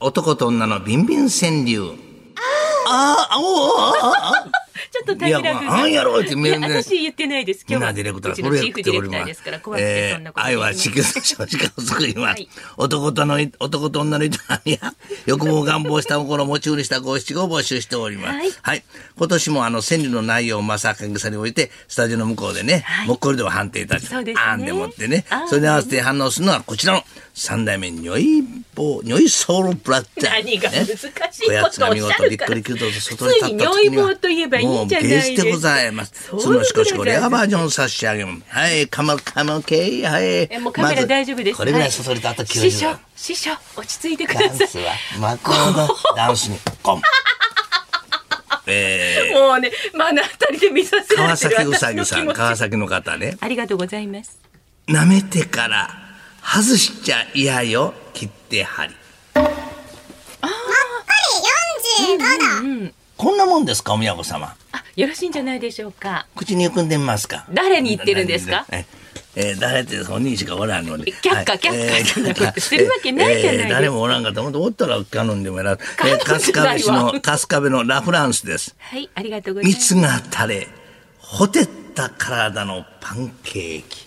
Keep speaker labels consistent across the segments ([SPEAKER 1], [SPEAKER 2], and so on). [SPEAKER 1] 男と女のビンビン川柳。ああ、おお
[SPEAKER 2] ちょっとタイミング
[SPEAKER 1] いやまあなんやろうってみんな
[SPEAKER 2] 私言ってないです。今日
[SPEAKER 1] みん
[SPEAKER 2] は
[SPEAKER 1] なディレクター
[SPEAKER 2] う
[SPEAKER 1] は
[SPEAKER 2] ち
[SPEAKER 1] そ
[SPEAKER 2] の
[SPEAKER 1] れ
[SPEAKER 2] チー
[SPEAKER 1] やっ
[SPEAKER 2] フ
[SPEAKER 1] て
[SPEAKER 2] ディ
[SPEAKER 1] お
[SPEAKER 2] レ
[SPEAKER 1] り
[SPEAKER 2] クター
[SPEAKER 1] ま
[SPEAKER 2] ですすから、怖くて
[SPEAKER 1] え
[SPEAKER 2] そんな
[SPEAKER 1] ー
[SPEAKER 2] こと
[SPEAKER 1] 愛
[SPEAKER 2] 言いま
[SPEAKER 1] は
[SPEAKER 2] せ
[SPEAKER 1] 地
[SPEAKER 2] ん。
[SPEAKER 1] 球の少子化を救います
[SPEAKER 2] はい。
[SPEAKER 1] 男とのい男と女の営みや 欲望願望した心を持ち売りした五七五を募集しております。
[SPEAKER 2] は
[SPEAKER 1] はいい。今年もあの川柳の内容をまさか草に置いてスタジオの向こうでね、
[SPEAKER 2] はい
[SPEAKER 1] もっこりでは判定いたし
[SPEAKER 2] そうですね
[SPEAKER 1] あんでもってね
[SPEAKER 2] あー。
[SPEAKER 1] それに合わせて反応するのはこちらの三代目にょいぼにょいソウルブラッダー。
[SPEAKER 2] 何が難しい
[SPEAKER 1] ね
[SPEAKER 2] ことをおっしゃ
[SPEAKER 1] こやつが見
[SPEAKER 2] るか
[SPEAKER 1] 事
[SPEAKER 2] ら
[SPEAKER 1] びっくり九度と外に立った
[SPEAKER 2] つい
[SPEAKER 1] 時
[SPEAKER 2] に
[SPEAKER 1] に
[SPEAKER 2] 如
[SPEAKER 1] は
[SPEAKER 2] 意棒といえばいいんじゃないですか
[SPEAKER 1] もう芸してございます
[SPEAKER 2] そういう
[SPEAKER 1] そのしこしこ
[SPEAKER 2] ぐらい
[SPEAKER 1] レ
[SPEAKER 2] だ
[SPEAKER 1] アバージョン差し上げますはいカモカモケイはい
[SPEAKER 2] えもうカメラ大丈夫です。
[SPEAKER 1] これぐら
[SPEAKER 2] はい
[SPEAKER 1] そそりとあと90
[SPEAKER 2] 師匠、師匠、落ち着いてくだ
[SPEAKER 1] ダン
[SPEAKER 2] さ
[SPEAKER 1] スは幕後のダンスにコンえ
[SPEAKER 2] い。もうね、目の当たりで見させ
[SPEAKER 1] ー、
[SPEAKER 2] ら
[SPEAKER 1] 川
[SPEAKER 2] れてる
[SPEAKER 1] 崎う
[SPEAKER 2] 私
[SPEAKER 1] さぎ
[SPEAKER 2] の
[SPEAKER 1] さ
[SPEAKER 2] 気
[SPEAKER 1] ん
[SPEAKER 2] 持ち。
[SPEAKER 1] 川崎の方ね
[SPEAKER 2] ありがとうございます。
[SPEAKER 1] 舐めてから外しちゃ嫌よ切って針こんなもんですかお宮子様
[SPEAKER 2] あ、よろしいんじゃないでしょうか。
[SPEAKER 1] 口に含んでみますか
[SPEAKER 2] 誰に言ってるんですか
[SPEAKER 1] ええー誰って本人しかおらんのに。
[SPEAKER 2] 却下
[SPEAKER 1] はい
[SPEAKER 2] 却下
[SPEAKER 1] えー
[SPEAKER 2] そんなことしてるわけないじゃないですか
[SPEAKER 1] えー誰もおらんかと思っておったらカノンでもや らん。
[SPEAKER 2] カノン
[SPEAKER 1] えー春
[SPEAKER 2] じゃな
[SPEAKER 1] 日
[SPEAKER 2] い
[SPEAKER 1] 部
[SPEAKER 2] わ
[SPEAKER 1] 市の春日部のラフランスです。
[SPEAKER 2] はい、ありがとうございます。
[SPEAKER 1] 蜜が垂れ、ほてった体のパンケーキ。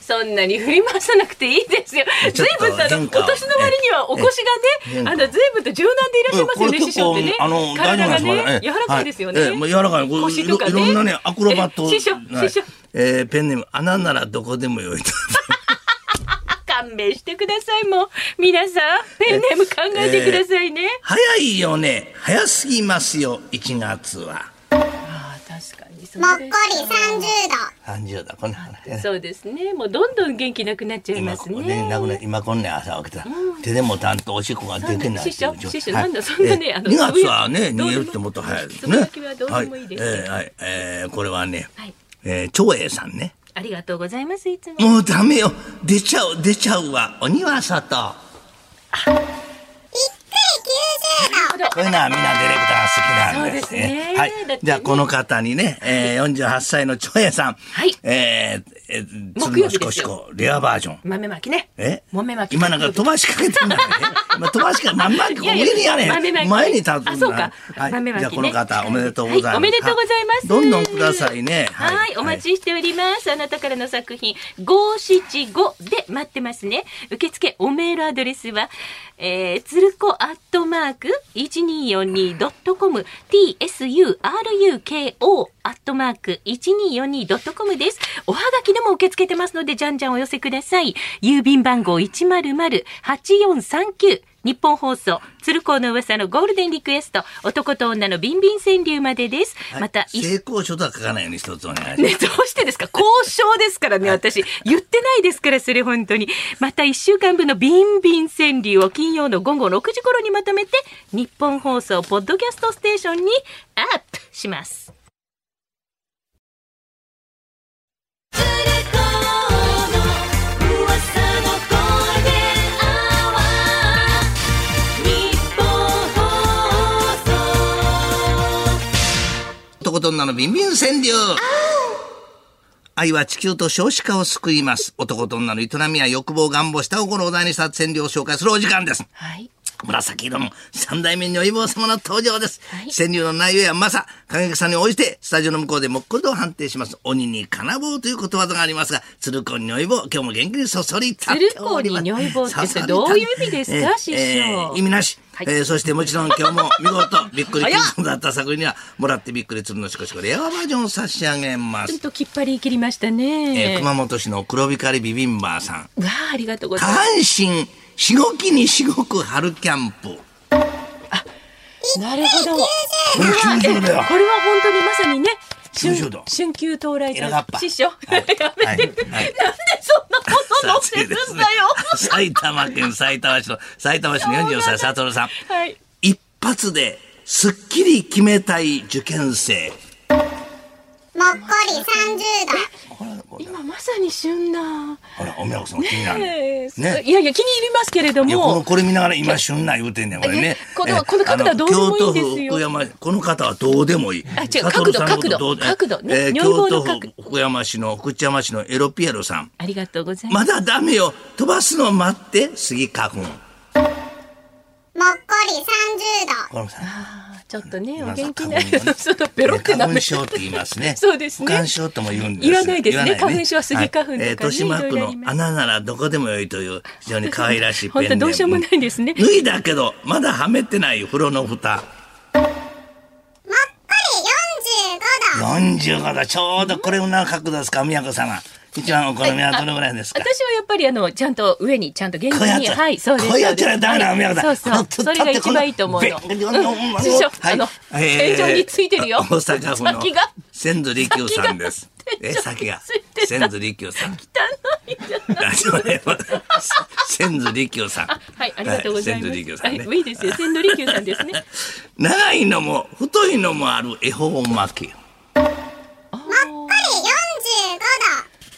[SPEAKER 2] そんなに振り回さなくていいですよ。
[SPEAKER 1] えち
[SPEAKER 2] ず
[SPEAKER 1] ょ
[SPEAKER 2] い
[SPEAKER 1] っ
[SPEAKER 2] ぶんと
[SPEAKER 1] と
[SPEAKER 2] あの
[SPEAKER 1] 変
[SPEAKER 2] お
[SPEAKER 1] 化を
[SPEAKER 2] 年の割にはお腰
[SPEAKER 1] え
[SPEAKER 2] が
[SPEAKER 1] え変
[SPEAKER 2] ね、
[SPEAKER 1] 化
[SPEAKER 2] あのずいぶんと柔軟でいらっしゃいますよね、師匠ってね。
[SPEAKER 1] あの、大丈夫
[SPEAKER 2] 体
[SPEAKER 1] なんで
[SPEAKER 2] が
[SPEAKER 1] すこれ
[SPEAKER 2] ね、
[SPEAKER 1] え
[SPEAKER 2] 柔らかいですよね。
[SPEAKER 1] はえもう柔らかい。これ
[SPEAKER 2] 腰とかね
[SPEAKER 1] いろいろんなね、アクロバット。
[SPEAKER 2] え師匠
[SPEAKER 1] はい
[SPEAKER 2] 師匠
[SPEAKER 1] えーペンネーム、穴ならどこでもよいと。
[SPEAKER 2] 勘弁してくださいもう皆さんペンネーム考えてくださいね、
[SPEAKER 1] 早いよね。早すぎますよ、1月は。
[SPEAKER 2] あー確かにそ
[SPEAKER 3] もっ
[SPEAKER 2] う
[SPEAKER 3] こ
[SPEAKER 2] で
[SPEAKER 3] り
[SPEAKER 2] す
[SPEAKER 3] 30度。
[SPEAKER 1] 30だ、こんな話。
[SPEAKER 2] そうですねもうどんどん元気なくなっちゃい
[SPEAKER 1] 今
[SPEAKER 2] ま
[SPEAKER 1] こ
[SPEAKER 2] す
[SPEAKER 1] こね、
[SPEAKER 2] ね
[SPEAKER 1] なくね、今こんね朝起きたら、手でもたんとおしっこが出てないっていう状
[SPEAKER 2] 師匠師匠
[SPEAKER 1] 態
[SPEAKER 2] なんだそんなね
[SPEAKER 1] え
[SPEAKER 2] あの
[SPEAKER 1] 二月はね、
[SPEAKER 2] どうでも
[SPEAKER 1] 逃げるってもっと早いです
[SPEAKER 2] そ
[SPEAKER 1] ね
[SPEAKER 2] の時はどう。でもいいですよ
[SPEAKER 1] えーはい、えーこれはね、
[SPEAKER 2] はい
[SPEAKER 1] えー長英さんね。
[SPEAKER 2] ありがとうございますいつも
[SPEAKER 1] もうダメよ、出ちゃう、出ちゃうわ、鬼は外。こういうのはみんなディレクター好きなんです。
[SPEAKER 2] そうですね
[SPEAKER 1] えーはい
[SPEAKER 2] だってね。
[SPEAKER 1] じゃあこの方にね、えー、48歳の長英さん。
[SPEAKER 2] はい
[SPEAKER 1] えー、えー、
[SPEAKER 2] 木曜日ですよ
[SPEAKER 1] 鶴のしこしこ、レアバージョン。
[SPEAKER 2] 豆まきね
[SPEAKER 1] え
[SPEAKER 2] 豆まき
[SPEAKER 1] 今なんか飛ばしかけ てんだね。今飛ばしか、まんまこう
[SPEAKER 2] い
[SPEAKER 1] 上
[SPEAKER 2] やいや
[SPEAKER 1] にやれ。
[SPEAKER 2] 豆まきね
[SPEAKER 1] 前に立つんだ。
[SPEAKER 2] あそうか
[SPEAKER 1] はい
[SPEAKER 2] 豆まきね
[SPEAKER 1] じゃあこの方、おめでとうございます。
[SPEAKER 2] はいおめでとうございます
[SPEAKER 1] どんどんくださいね。
[SPEAKER 2] はい、お待ちしております。あなたからの作品、五七五で待ってますね。受付おメールアドレスは、えー、つるこアットマーク 1242.com、tsuruko アットマーク 1242.com です。おはがきでも受け付けてますので、じゃんじゃんお寄せください。郵便番号100-8439。日本放送、鶴光の噂のゴールデンリクエスト、男と女のビンビン川柳までです。
[SPEAKER 1] はい
[SPEAKER 2] また、
[SPEAKER 1] 成功書とは書かないように一つお願いします。
[SPEAKER 2] ね、どうしてですか交渉ですからね、私。言ってないですから、それ本当に。また一週間分のビンビン川柳を金曜の午後6時頃にまとめて、日本放送ポッドキャストステーションにアップします。
[SPEAKER 1] とことんなのビンビン川柳愛は地球と少子化を救います。男と女の営みや欲望、願望、下心を題にした川柳を紹介するお時間です。
[SPEAKER 2] はい。
[SPEAKER 1] 紫色の三代目女房様の登場です。
[SPEAKER 2] はい
[SPEAKER 1] 川柳の内容やまさ、感激さに応じて、スタジオの向こうでもっこりと判定します。鬼に金棒ということわざがありますが、鶴子に女房、今日も元気にそそり立っておりま
[SPEAKER 2] 鶴子
[SPEAKER 1] す。
[SPEAKER 2] に如意棒って
[SPEAKER 1] そそり立
[SPEAKER 2] どういう意味ですか師匠
[SPEAKER 1] 意味なし。
[SPEAKER 2] はい
[SPEAKER 1] えーそしてもちろん今日も見 事、びっくりキッズだった作品には、もらってびっくり鶴のしこしこレアバージョンを差し上げま
[SPEAKER 2] ちょっ
[SPEAKER 1] す。
[SPEAKER 2] ときっぱり切りました
[SPEAKER 1] えー
[SPEAKER 2] ね。
[SPEAKER 1] 熊本市の黒光りビビンバーさん。
[SPEAKER 2] わあ、ありがとうござ
[SPEAKER 1] 下
[SPEAKER 2] います。
[SPEAKER 1] 半身、しごきにしごく春キャン プ。
[SPEAKER 2] なるほど。
[SPEAKER 1] これ90だよ。
[SPEAKER 2] これは本当にまさにね、春
[SPEAKER 1] 90度
[SPEAKER 2] 春秋到来
[SPEAKER 1] エラガッパ
[SPEAKER 2] 師匠、
[SPEAKER 1] はい
[SPEAKER 2] やめて、
[SPEAKER 1] はい
[SPEAKER 2] なんで
[SPEAKER 1] はい
[SPEAKER 2] そんなこと載せるんだよ。
[SPEAKER 1] 埼玉県埼玉市の、埼玉市の44歳、佐藤さん。
[SPEAKER 2] はい。
[SPEAKER 1] 一発で、すっきり決めたい受験生。
[SPEAKER 3] もっこり30度。
[SPEAKER 1] これこれ
[SPEAKER 2] 今まさに旬な。
[SPEAKER 1] ほら、おみやこさんも気になる。
[SPEAKER 2] ねえ
[SPEAKER 1] ね
[SPEAKER 2] いやいや、気に入りますけれど
[SPEAKER 1] いやこの
[SPEAKER 2] も、
[SPEAKER 1] これ見ながら今旬な言うてんねんこれね
[SPEAKER 2] ね。この
[SPEAKER 1] え
[SPEAKER 2] この角度はどうでもいいですよ
[SPEAKER 1] あの京都府福山この方はどうでもいい。
[SPEAKER 2] あ違う
[SPEAKER 1] 悟さんのこと
[SPEAKER 2] 角度
[SPEAKER 1] どうで
[SPEAKER 2] 角度角度ね
[SPEAKER 1] えー
[SPEAKER 2] 女房
[SPEAKER 1] 京
[SPEAKER 2] の
[SPEAKER 1] 都
[SPEAKER 2] 角
[SPEAKER 1] 府福山市の福知山市のエロピエロさん。
[SPEAKER 2] ありがとうございます。
[SPEAKER 1] まだダメよ。飛ばすの待って。杉花粉。
[SPEAKER 3] もっこり30度。
[SPEAKER 1] このさん
[SPEAKER 2] あーちょっとね、
[SPEAKER 1] ま
[SPEAKER 2] お
[SPEAKER 1] ず
[SPEAKER 2] 元気
[SPEAKER 1] 花
[SPEAKER 2] な
[SPEAKER 1] 粉はね
[SPEAKER 2] そのペロって舐
[SPEAKER 1] 花
[SPEAKER 2] め
[SPEAKER 1] 粉
[SPEAKER 2] て
[SPEAKER 1] 症って言いますね。
[SPEAKER 2] そうですね
[SPEAKER 1] 不感症とも言うんです。
[SPEAKER 2] 言わないですね
[SPEAKER 1] 言わ
[SPEAKER 2] 花粉症は杉花粉とかね
[SPEAKER 1] いえー豊島
[SPEAKER 2] い
[SPEAKER 1] 区
[SPEAKER 2] ろいろあ
[SPEAKER 1] の
[SPEAKER 2] ります
[SPEAKER 1] 穴ならどこでもよいという非常に可愛らしいペン
[SPEAKER 2] 本
[SPEAKER 1] ネー
[SPEAKER 2] 当
[SPEAKER 1] ム
[SPEAKER 2] どうしようもないですね。
[SPEAKER 1] 脱いだけどまだはめてない風呂の蓋。
[SPEAKER 3] もっこり45度。
[SPEAKER 1] 45度ちょうどこれぐらいの角度ですか宮子様一番お好みはどのぐらいですか
[SPEAKER 2] 私はやっぱりあのちゃんと上にちゃんと厳
[SPEAKER 1] こうや
[SPEAKER 2] 密
[SPEAKER 1] っ
[SPEAKER 2] に
[SPEAKER 1] ちゃ、
[SPEAKER 2] はいそうです
[SPEAKER 1] こうやっちゃダメな
[SPEAKER 2] はい
[SPEAKER 1] 宮子さん。
[SPEAKER 2] そうそうそれが一番いいと思うの、
[SPEAKER 1] べ
[SPEAKER 2] うん、師匠、あの天井についてるよ
[SPEAKER 1] 大阪府の
[SPEAKER 2] 先が
[SPEAKER 1] 千鶴利休さんです。え、
[SPEAKER 2] 先
[SPEAKER 1] 先
[SPEAKER 2] が
[SPEAKER 1] が
[SPEAKER 2] 天井についてた
[SPEAKER 1] 千鶴利休さん。
[SPEAKER 2] 汚いじゃない
[SPEAKER 1] ラジオネーム千鶴利休さん。
[SPEAKER 2] はい、ありがとうございます。
[SPEAKER 1] は千鶴利休さんね
[SPEAKER 2] はい、いいですよ。千利休さんですね。
[SPEAKER 1] 長いのも太いのもある恵方巻き。
[SPEAKER 3] もっこり45度。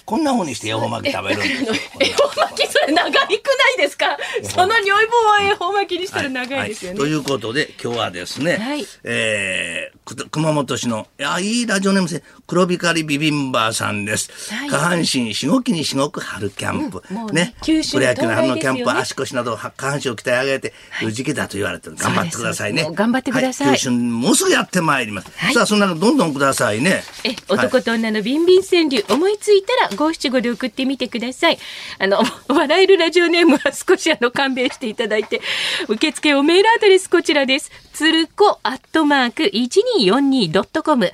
[SPEAKER 1] こんな風にして恵方巻き食べるんですよ。
[SPEAKER 2] 恵方巻きそれ長いくないですか。その尿意棒は恵方巻きにしたら長いですよね。
[SPEAKER 1] はいということで今日はですね、
[SPEAKER 2] はい
[SPEAKER 1] えーくと熊本市のあいいラジオネームですね黒光りビビンバーさんです、
[SPEAKER 2] はい
[SPEAKER 1] 下半身しごきにしごく春キャンプ、
[SPEAKER 2] うんもうね九州
[SPEAKER 1] プロ野球の春のキャン
[SPEAKER 2] 東海で
[SPEAKER 1] プ
[SPEAKER 2] すよ
[SPEAKER 1] は
[SPEAKER 2] ね
[SPEAKER 1] 足腰など下半身を鍛え上げている時期だと言われてる、頑張ってくださいね
[SPEAKER 2] そうです頑張ってください
[SPEAKER 1] は九州にもうすぐやってまいります、
[SPEAKER 2] はい
[SPEAKER 1] さあそんなのどんどんくださいね
[SPEAKER 2] え、男と女のビンビン川柳、思いついたら五七五で送ってみてください。あの、笑えるラジオネームは少しあの勘弁していただいて、受付おメールアドレスこちらです。つるこアットマーク 1242.com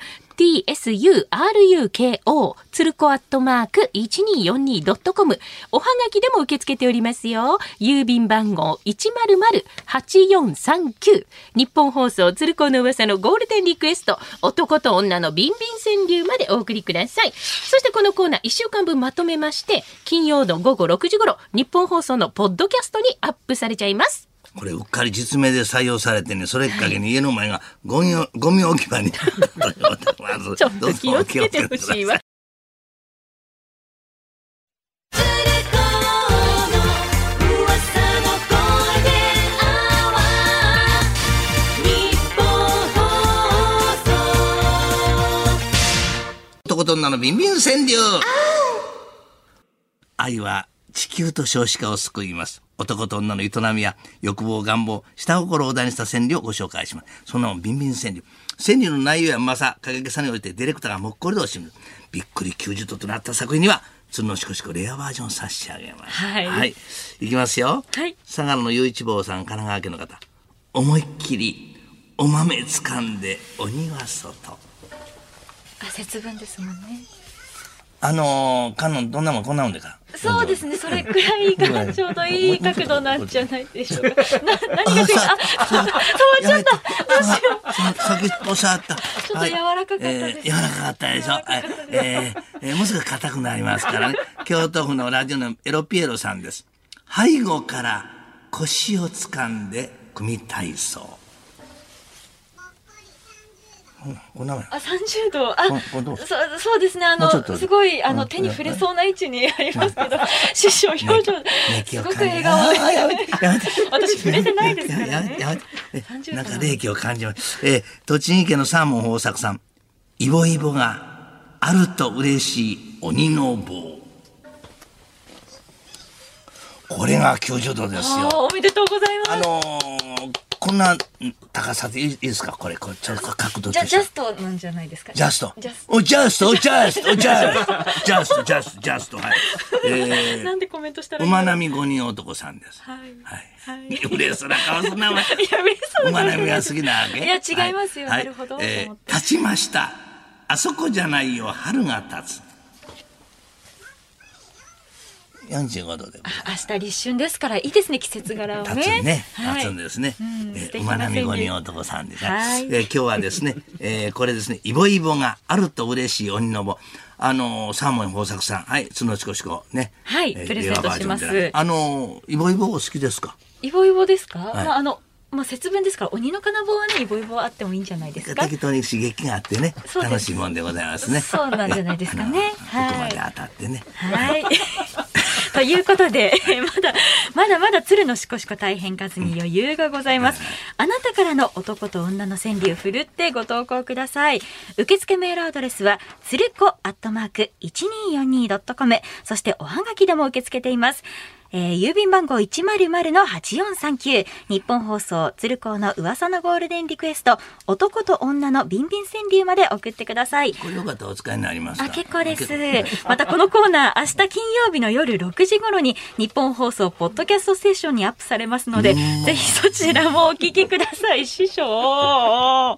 [SPEAKER 2] tsuruko つるこアットマーク 1242.com おはがきでも受け付けておりますよ。郵便番号100-8439日本放送鶴子の噂のゴールデンリクエスト男と女のビンビン川柳までお送りください。そしてこのコーナー1週間分まとめまして金曜の午後6時頃日本放送のポッドキャストにアップされちゃいます。
[SPEAKER 1] これうっかり実名で採用されてねそれきっかけに家の前がゴミをゴミ置 き場にな ったということでまず
[SPEAKER 2] ちょっと気をつけてほ
[SPEAKER 1] どうぞお
[SPEAKER 2] し
[SPEAKER 1] 気をつけ
[SPEAKER 2] い
[SPEAKER 1] くだ
[SPEAKER 2] わ
[SPEAKER 1] さ。男と女のビンビン川柳愛は地球と少子化を救います男と女の営みや欲望願望下心を大にした川柳をご紹介しますそんなもんビンビン川柳川柳の内容やうまさ過激さにおいてディレクターがもっこりとしむびっくり90度となった作品には鶴のしこしこレアバージョンを差し上げます
[SPEAKER 2] はい
[SPEAKER 1] い、いきますよ、
[SPEAKER 2] はい
[SPEAKER 1] 相良の雄一坊さん神奈川県の方思いっきりお豆掴んで鬼は外
[SPEAKER 4] あ節分ですもんね
[SPEAKER 1] あのー、カノン、どんなもん、こんなもんでか。
[SPEAKER 4] そうですねそれくらいがちょうどいい角度なんじゃないで しょうかな何が違う あ止まっちゃった
[SPEAKER 1] た。ささっきおっしゃった。ち
[SPEAKER 4] ょっと柔らかかったです
[SPEAKER 1] 柔らかかったでしょ。はいえーえーもうすぐ硬くなりますからね。京都府のラジオのエロピエロさんです。背後から腰を掴んで組体操。うんこんなもんや。
[SPEAKER 4] あ30度
[SPEAKER 1] こ
[SPEAKER 4] あ
[SPEAKER 1] これどう
[SPEAKER 4] そそうですねあ
[SPEAKER 1] もうちょっ
[SPEAKER 4] の
[SPEAKER 1] と
[SPEAKER 4] すごいあ
[SPEAKER 1] う
[SPEAKER 4] の
[SPEAKER 1] ん
[SPEAKER 4] 手に触れそうな位置にありますけど師匠表情
[SPEAKER 1] ね
[SPEAKER 4] すごく笑顔
[SPEAKER 1] あーやめてやめて
[SPEAKER 4] 私触れてないですからね
[SPEAKER 1] やめてやめてえ
[SPEAKER 4] 30
[SPEAKER 1] なんか冷気を感じます。えー栃木県のサーモン豊作さん。イボイボがあると嬉しい鬼の棒。これが90度です
[SPEAKER 4] あー
[SPEAKER 1] よ。
[SPEAKER 4] おめでとうございま
[SPEAKER 1] あ
[SPEAKER 4] す
[SPEAKER 1] のーこんな高さでいいいいですかこれ、これ、ちょっと角度
[SPEAKER 4] じ
[SPEAKER 1] と
[SPEAKER 4] ゃ
[SPEAKER 1] して
[SPEAKER 4] ジャストなんじゃないですか
[SPEAKER 1] ジャスト
[SPEAKER 4] ジャス。ト
[SPEAKER 1] お、ジャスト、ジャスト、ジャスト、ジャスト、ジャスト、ジャスト、はい。えー
[SPEAKER 4] なんでコメントしたらいいの
[SPEAKER 1] 馬並み五人男さんです。
[SPEAKER 4] はい
[SPEAKER 1] はい。嬉しそうな顔すんな、お前。
[SPEAKER 4] やめそう
[SPEAKER 1] 馬
[SPEAKER 4] だ
[SPEAKER 1] 並みが好きなわけ。
[SPEAKER 4] いや違いますよ
[SPEAKER 1] は
[SPEAKER 4] なるほど
[SPEAKER 1] はいえ
[SPEAKER 4] 思っ
[SPEAKER 1] ー
[SPEAKER 4] て
[SPEAKER 1] 立ちました。あそこじゃないよ、春が立つ。四十五度で。
[SPEAKER 4] 明日立春ですからいいですね季節柄をね
[SPEAKER 1] 立つね、
[SPEAKER 4] はい
[SPEAKER 1] 立つんですね。
[SPEAKER 4] ん
[SPEAKER 1] えー
[SPEAKER 4] 素敵な
[SPEAKER 1] 馬並み
[SPEAKER 4] 川
[SPEAKER 1] 五
[SPEAKER 4] 柳
[SPEAKER 1] 人男さんでね、
[SPEAKER 4] はい
[SPEAKER 1] えー今日はですね、えーこれですね、イボイボがあると嬉しい鬼の棒。あのー、サーモン豊作さん、はい、角ちこしこね。
[SPEAKER 4] はいプレゼント
[SPEAKER 1] 令和
[SPEAKER 4] します
[SPEAKER 1] バージョンじゃないあのー、イボイボお好きですか。
[SPEAKER 4] イボイボですか、
[SPEAKER 1] い
[SPEAKER 4] まあ、あの、まあ節分ですから鬼の金棒はねイボイボあってもいいんじゃないですか。
[SPEAKER 1] 適当に刺激があってね
[SPEAKER 4] そうです
[SPEAKER 1] 楽しいもんでございますね
[SPEAKER 4] そうなんじゃないですかね
[SPEAKER 1] いやあのここ
[SPEAKER 4] は
[SPEAKER 1] ま
[SPEAKER 4] い
[SPEAKER 1] で当たってね
[SPEAKER 4] はい。 ということで、 えーまだ、まだまだ鶴のしこしこ大変数に余裕がございます。あなたからの男と女の川柳ふるってご投稿ください。受付メールアドレスは、つるこアットマーク 1242.com、そしておはがきでも受け付けています。えー郵便番号100-8439、日本放送、鶴光の噂のゴールデンリクエスト、男と女のビンビン川柳まで送ってください。
[SPEAKER 1] これよかったらお使いになりますか
[SPEAKER 4] あ、結構です
[SPEAKER 1] 結構。
[SPEAKER 4] またこのコーナー、明日金曜日の夜6時頃に、日本放送、ポッドキャストステーションにアップされますので、ぜひそちらもお聞きください、師匠。